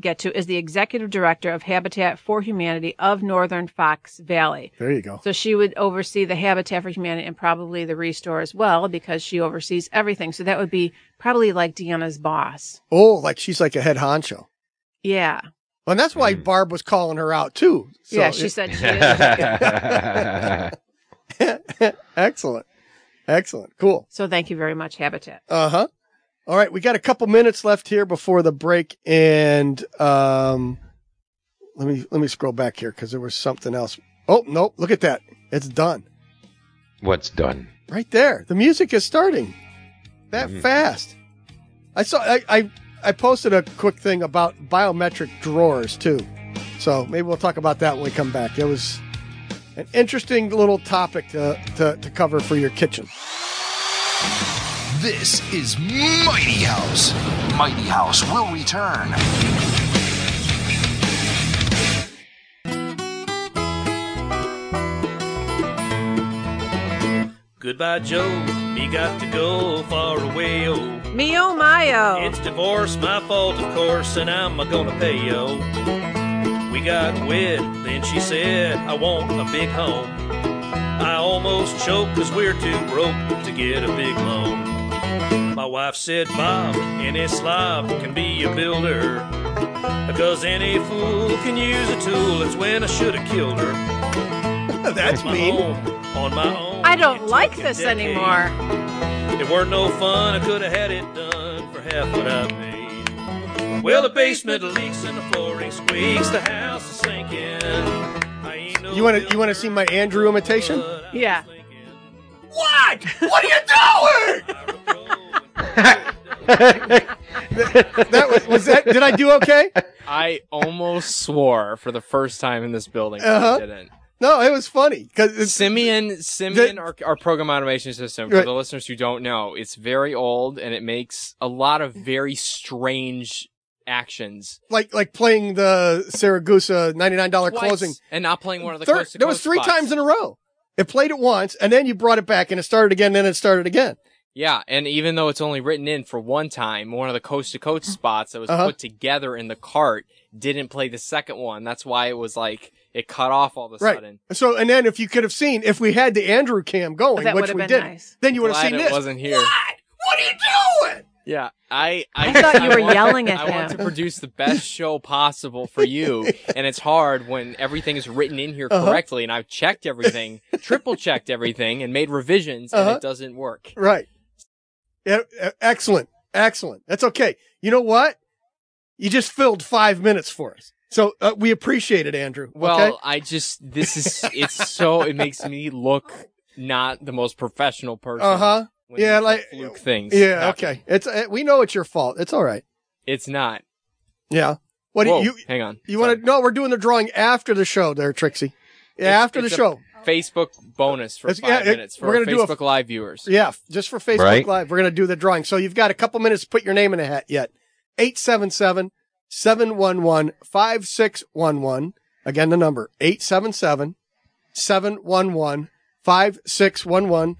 B: get to is the executive director of Habitat for Humanity of Northern Fox Valley.
A: There you go.
B: So she would oversee the Habitat for Humanity and probably the Restore as well because she oversees everything. So that would be probably like Deanna's boss.
A: Oh, like she's like a head honcho.
B: Yeah.
A: Well, and that's why Barb was calling her out too. So
B: yeah. She
A: it-
B: said she
A: [laughs] excellent, excellent, cool.
B: So thank you very much, Habitat.
A: Uh huh. All right, we got a couple minutes left here before the break, and um, let me let me scroll back here because there was something else. Oh nope, look at that, it's done
D: [laughs] What's done?
A: right there. The music is starting that fast. I saw I, I I posted a quick thing about biometric drawers too, so maybe we'll talk about that when we come back. It was an interesting little topic to to, to cover for your kitchen.
C: This is Mighty House. Mighty House will return.
E: [laughs] Goodbye, Joe. He got to go far away. Oh,
B: Me oh my oh.
E: it's divorce, my fault, of course, and I'm a gonna pay. Oh, we got wed. Then she said, I want a big home. I almost choked because we're too broke to get a big loan. My wife said, Bob, any slob can be a builder. Because any fool can use a tool. That's when I should have killed her.
A: [laughs] That's
E: my
A: mean.
E: home, on my own.
B: I don't
E: It
B: like
E: took a
B: this
E: decade.
B: anymore.
E: It weren't no fun, I could have had it done for half what I paid. Well, the basement leaks and the flooring squeaks, the house is sinking. I ain't no
A: You want to you want to see my Andrew imitation?
E: builder, but I
B: Yeah.
E: was thinking
J: What? What are you doing?
E: I would go and-
A: That was, was that. Did I do okay?
F: I almost swore for the first time in this building.
A: Uh-huh.
F: I didn't.
A: No, it was funny because
F: Simeon, Simeon, our, our program automation system, for
A: Right.
F: the listeners who don't know, it's very old and it makes a lot of very strange actions.
A: like like playing the Saragusa ninety nine dollar
F: Twice,
A: closing.
F: and not playing one of the
A: Thir-
F: close to
A: there was
F: close
A: three
F: spots.
A: times in a row. It played it once, and then you brought it back, and it started again. Then it started again.
F: Yeah, and even though it's only written in for one time, one of the coast to coast spots that was
A: Uh-huh.
F: put together in the cart didn't play the second one. That's why it was like it cut off all of a
A: Right.
F: sudden.
A: So, and then if you could have seen, if we had the Andrew cam going,
B: That
A: which
B: would've
A: we
B: been
A: didn't,
B: nice.
A: then you would have
F: Glad
A: seen
F: it
A: this.
F: wasn't here.
J: What are you doing?
F: Yeah, I I,
B: I thought you were
F: want-
B: yelling at
F: I want
B: him.
F: to produce the best show possible for
A: [laughs]
F: you, and it's hard when everything is written in here
A: Uh-huh.
F: correctly. And I've checked everything, triple checked everything, and made revisions, and
A: Uh-huh.
F: it doesn't work.
A: Right. Yeah, e- excellent. Excellent. That's okay. You know what? You just filled five minutes for us. So uh, we appreciate it, Andrew.
F: Well,
A: okay?
F: I just this is it's so it makes me look not the most professional person.
A: Uh huh.
F: when
A: Yeah,
F: these
A: like-
F: fluke things.
A: Yeah.
F: happen.
A: Okay. It's uh, we know it's your fault. It's all right.
F: It's not.
A: Yeah. What do
F: Whoa,
A: you
F: hang on.
A: you want to? No, we're doing the drawing after the show, there, Trixie. Yeah,
F: It's-
A: after
F: it's
A: the
F: a
A: show.
F: Facebook bonus for
A: It's-
F: five
A: yeah, it-
F: minutes for
A: we're gonna do a-
F: Facebook Live viewers.
A: Yeah, f- just for Facebook
D: Right.
A: Live, we're going to do the drawing. So you've got a couple minutes to put your name in a hat yet. 877 711 5611. Again, the number 877 711 5611.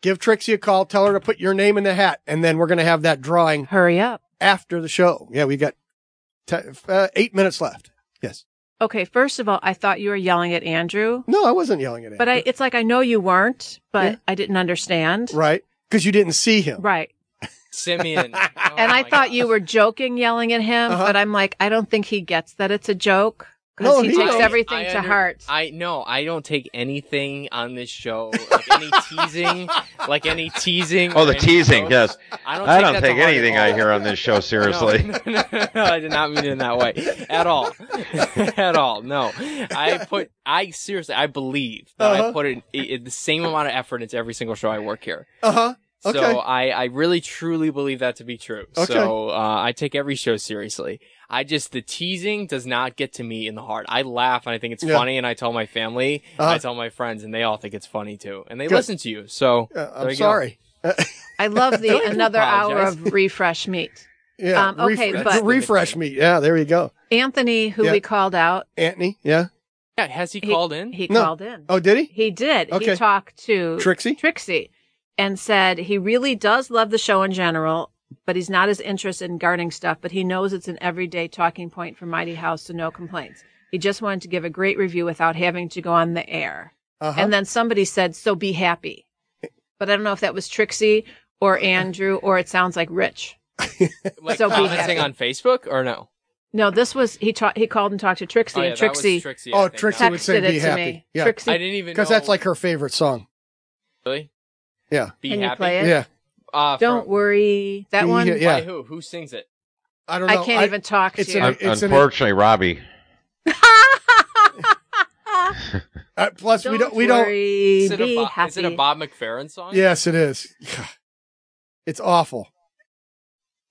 A: Give Trixie a call. Tell her to put your name in the hat. And then we're going to have that drawing
B: Hurry up.
A: after the show. Yeah, we got te- uh, eight minutes left. Yes.
B: Okay, first of all, I thought you were yelling at Andrew,
A: No, I wasn't yelling at him.
B: but I it's like I know you weren't, but
A: Yeah.
B: I didn't understand.
A: Right. Because you didn't see him.
B: Right.
F: Simeon. Oh
B: And
F: my
B: I thought
F: gosh.
B: you were joking yelling at him,
A: Uh-huh.
B: but I'm like, I don't think he gets that it's a joke because
A: No,
B: he,
A: he
B: takes
A: knows.
B: everything
F: I
B: to
F: under-
B: heart.
F: I no, I don't take anything on this show, like any teasing, like any teasing.
D: Oh,
F: or
D: the
F: any
D: teasing.
F: joke.
D: Yes.
F: I don't.
D: I
F: take,
D: don't
F: that to
D: take
F: heart at
D: anything I
F: all.
D: hear on
A: [laughs]
D: this show seriously.
F: No, [laughs] no, no, no, I did not mean it in that way at all, [laughs] at all. No, I put. I seriously, I believe that
A: Uh-huh.
F: I put in, in the same amount of effort into every single show I work here.
A: Uh huh. Okay.
F: So I, I really truly believe that to be true.
A: Okay.
F: So uh, I take every show seriously. I just the teasing does not get to me in the heart. I laugh and I think it's
A: Yeah.
F: funny, and I tell my family,
A: Uh-huh.
F: I tell my friends, and they all think it's funny too, and they
A: Good.
F: listen to you. So
A: Uh,
F: there
A: I'm
F: you go.
A: sorry.
B: I love
F: [laughs]
B: the
F: Don't you
B: another hour
F: apologize.
B: of refresh meat.
A: Yeah.
B: Um, okay,
A: Ref-
B: but-
A: refresh me. Yeah, there you go.
B: Anthony, who
A: Yeah.
B: we called out,
A: Anthony. Yeah.
F: Yeah, has he, called in?
B: He
A: No.
B: called in.
A: Oh, did he?
B: He did.
A: Okay.
B: He talked to
A: Trixie?
B: Trixie and said he really does love the show in general but he's not as interested in gardening stuff, but he knows it's an everyday talking point for Mighty House, so no complaints. He just wanted to give a great review without having to go on the air.
A: Uh-huh.
B: And then somebody said, so be happy. But I don't know if that was Trixie or Andrew or it sounds like Rich.
F: Like
B: So be happy.
F: commenting on Facebook or no?
B: No, this was, he ta- he called and talked to Trixie
F: Oh, yeah,
B: and
F: that was
B: Trixie,
F: Trixie I
A: oh,
F: think.
A: Trixie
B: Texted
A: would say
B: it
A: be
B: to
A: happy.
B: me.
A: Yeah.
B: Trixie,
F: I didn't even
A: Because that's
F: know-
A: like her favorite song.
F: really
A: Yeah.
F: be
B: Can you
F: happy.
B: play it?
A: Yeah.
F: Uh,
B: don't
F: from-
B: worry. That
A: Be-
B: one,
A: yeah.
F: by who? Who sings it?
A: I don't
B: I
A: know.
B: can't even talk to
A: it's
B: you.
A: an-
D: Un-
A: it's an-
D: unfortunately, Robbie.
A: uh,
B: [laughs]
A: plus, we don't. We don't.
B: worry,
F: Is it,
B: be
F: a Bob,
B: happy.
F: is it a Bob McFerrin song?
A: Yes, it is. It's awful.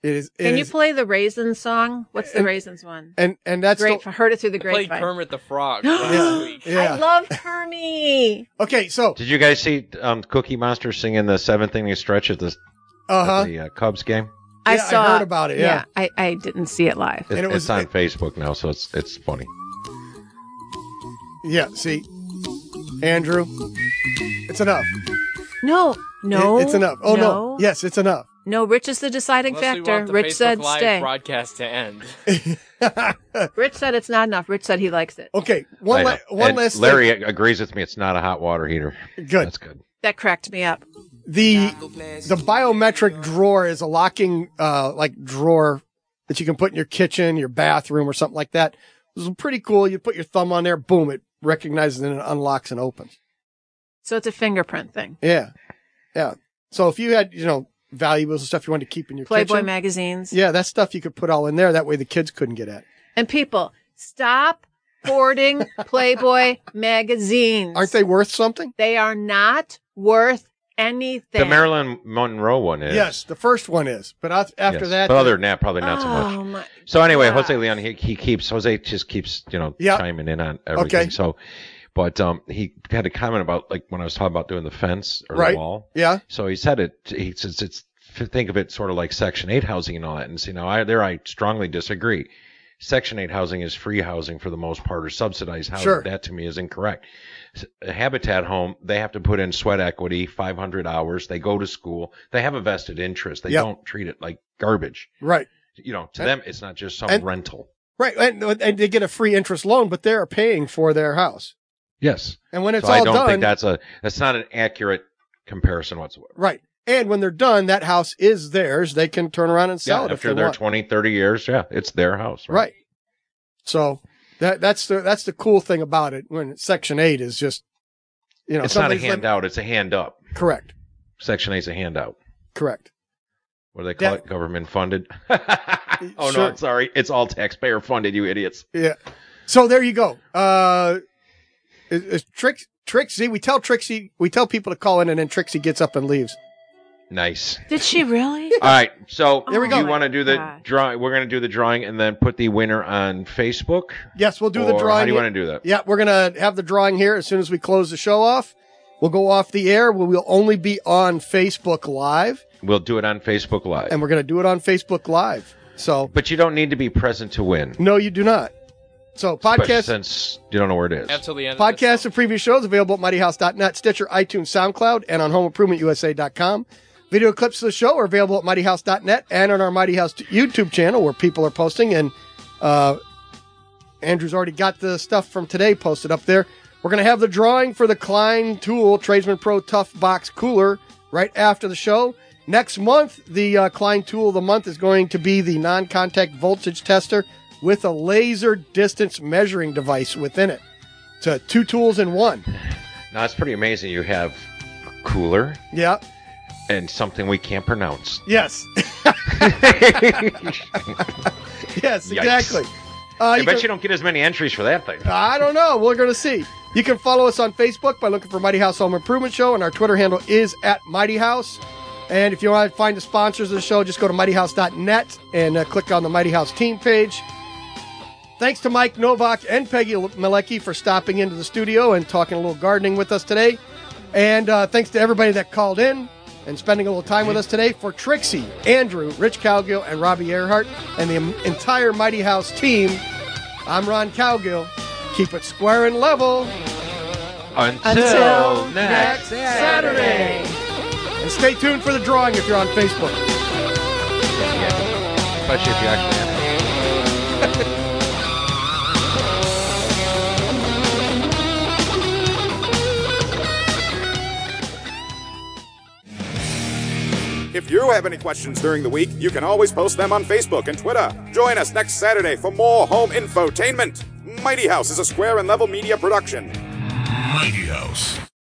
A: It is. it
B: Can you
A: is-
B: play the Raisins song? What's the
A: And-
B: Raisins one?
A: And and that's
B: Great.
A: the-
B: heard it through the
F: I played
B: grapevine.
F: Kermit the
B: [gasps]
F: Frog last week.
A: [gasps] yeah. [laughs]
B: I love Kermit.
A: okay, so
D: Did you guys see um, Cookie Monster singing the seventh inning stretch at the,
A: uh
D: at
A: huh.
D: the uh, Cubs game?
B: I
A: Yeah, I
B: saw
A: heard about it, yeah.
B: I, I didn't see it live.
D: It,
A: And it was-
D: it's on
A: it-
D: Facebook now, so it's it's funny.
A: Yeah. See, Andrew, it's enough.
B: No, no,
A: It- it's enough. Oh no.
B: no,
A: Yes, it's enough. [laughs]
B: no. Rich is the deciding
F: Unless we
B: factor.
F: want the
B: Rich
F: Facebook
B: said,
F: Live
B: "Stay."
F: broadcast to end. [laughs]
B: Rich said it's not enough. Rich said he likes it.
A: Okay. One.
D: I
A: La-
D: know.
A: one
D: And
A: last. thing.
D: Larry agrees with me. It's not a hot water heater.
A: Good.
D: That's good.
B: That cracked me up.
A: the the biometric drawer is a locking uh like drawer that you can put in your kitchen, your bathroom, or something like that. It was pretty cool. You put your thumb on there, boom, it recognizes and it unlocks and opens.
B: So it's a fingerprint thing.
A: Yeah, yeah. So if you had you know valuables and stuff you wanted to keep in your
B: Playboy
A: kitchen,
B: magazines
A: yeah, that stuff you could put all in there. That way the kids couldn't get at. it.
B: and people stop
A: [laughs]
B: hoarding Playboy magazines.
A: Aren't they worth something?
B: They are not worth anything.
D: The Marilyn Monroe one is.
A: Yes, the first one is, but af- after
D: Yes.
A: that, uh,
D: But other than that, probably not so much.
B: Oh my
D: So anyway,
B: God.
D: Jose Leon, he, he keeps Jose just keeps you know
A: Yeah.
D: chiming in on everything.
A: Okay.
D: So, but um, he had a comment about like when I was talking about doing the fence or
A: Right.
D: the wall.
A: yeah,
D: So he said it. He says it's think of it sort of like Section Eight housing and all that. And see now I, there I strongly disagree. Section Eight housing is free housing for the most part or subsidized housing.
A: Sure.
D: That to me is incorrect. S- a Habitat home, they have to put in sweat equity, 500 hours. They go to school. They have a vested interest. They
A: Yep.
D: don't treat it like garbage.
A: right,
D: You know, to
A: And-
D: them, it's not just some
A: and-
D: rental.
A: right, and, and they get a free interest loan, but they're paying for their house.
D: Yes.
A: And when it's
D: so
A: all
D: I don't
A: done,
D: think that's a that's not an accurate comparison whatsoever.
A: Right. And when they're done, that house is theirs. They can turn around and sell
D: yeah,
A: it if
D: after
A: they
D: their
A: want.
D: 20, 30 years, yeah, it's their house.
A: right. So that that's the that's the cool thing about it. When it's Section Eight is just, you know,
D: It's not a
A: somebody's lim-
D: handout. It's a hand up.
A: correct.
D: Section Eight's a handout.
A: Correct.
D: What do they call
A: Yeah.
D: it? Government funded. [laughs] oh no,
A: Sure.
D: I'm sorry. It's all taxpayer funded. You idiots.
A: Yeah. So there you go. Uh, is, is Trix, Trixie, we tell Trixie, we tell people to call in, and then Trixie gets up and leaves.
D: Nice.
B: Did she [laughs] really?
D: All right. So
B: There we go.
D: You want to do the
B: God.
D: drawing? We're going to do the drawing and then put the winner on Facebook.
A: Yes, we'll do the
D: Or
A: drawing.
D: How do you want to do that?
A: Yeah, we're gonna have the drawing here as soon as we close the show off. We'll go off the air. We will only be on Facebook Live.
D: We'll do it on Facebook Live.
A: and we're going to do it on Facebook Live. So,
D: but you don't need to be present to win.
A: no, you do not. So,
D: Especially
A: podcast,
D: since you don't know where it is.
F: Up till the end. Of this
A: podcasts and previous shows available at mightyhouse.net, Stitcher, iTunes, SoundCloud, and on homeimprovementusa.com. Video clips of the show are available at mightyhouse.net and on our Mighty House YouTube channel where people are posting. And uh, Andrew's already got the stuff from today posted up there. We're going to have the drawing for the Klein Tool Tradesman Pro Tough Box Cooler right after the show. Next month, the uh, Klein Tool of the Month is going to be the non contact voltage tester with a laser distance measuring device within it. It's uh, two tools in one.
D: Now it's pretty amazing. You have a cooler
A: Yeah.
D: and something we can't pronounce. [laughs]
A: Yes. [laughs] yes,
D: Yikes.
A: exactly. Uh,
D: I
A: you
D: bet
A: can-
D: you don't get as many entries for that thing.
A: I don't know. We're going to see. You can follow us on Facebook by looking for Mighty House Home Improvement Show, and our Twitter handle is at Mighty House. And if you want to find the sponsors of the show, just go to mightyhouse.net and uh, click on the Mighty House team page. Thanks to Mike Novak and Peggy Malecki for stopping into the studio and talking a little gardening with us today. And uh, thanks to everybody that called in and spending a little time with us today. For Trixie, Andrew, Rich Calgill, and Robbie Earhart, and the em- entire Mighty House team, I'm Ron Calgill. Keep it square and level,
D: Until,
A: next Saturday. and stay tuned for the drawing if you're on Facebook.
D: Saturday. especially if you actually have
J: If you have any questions during the week, you can always post them on Facebook and Twitter. Join us next Saturday for more home infotainment. Mighty House is a square and level media production.
C: Mighty House.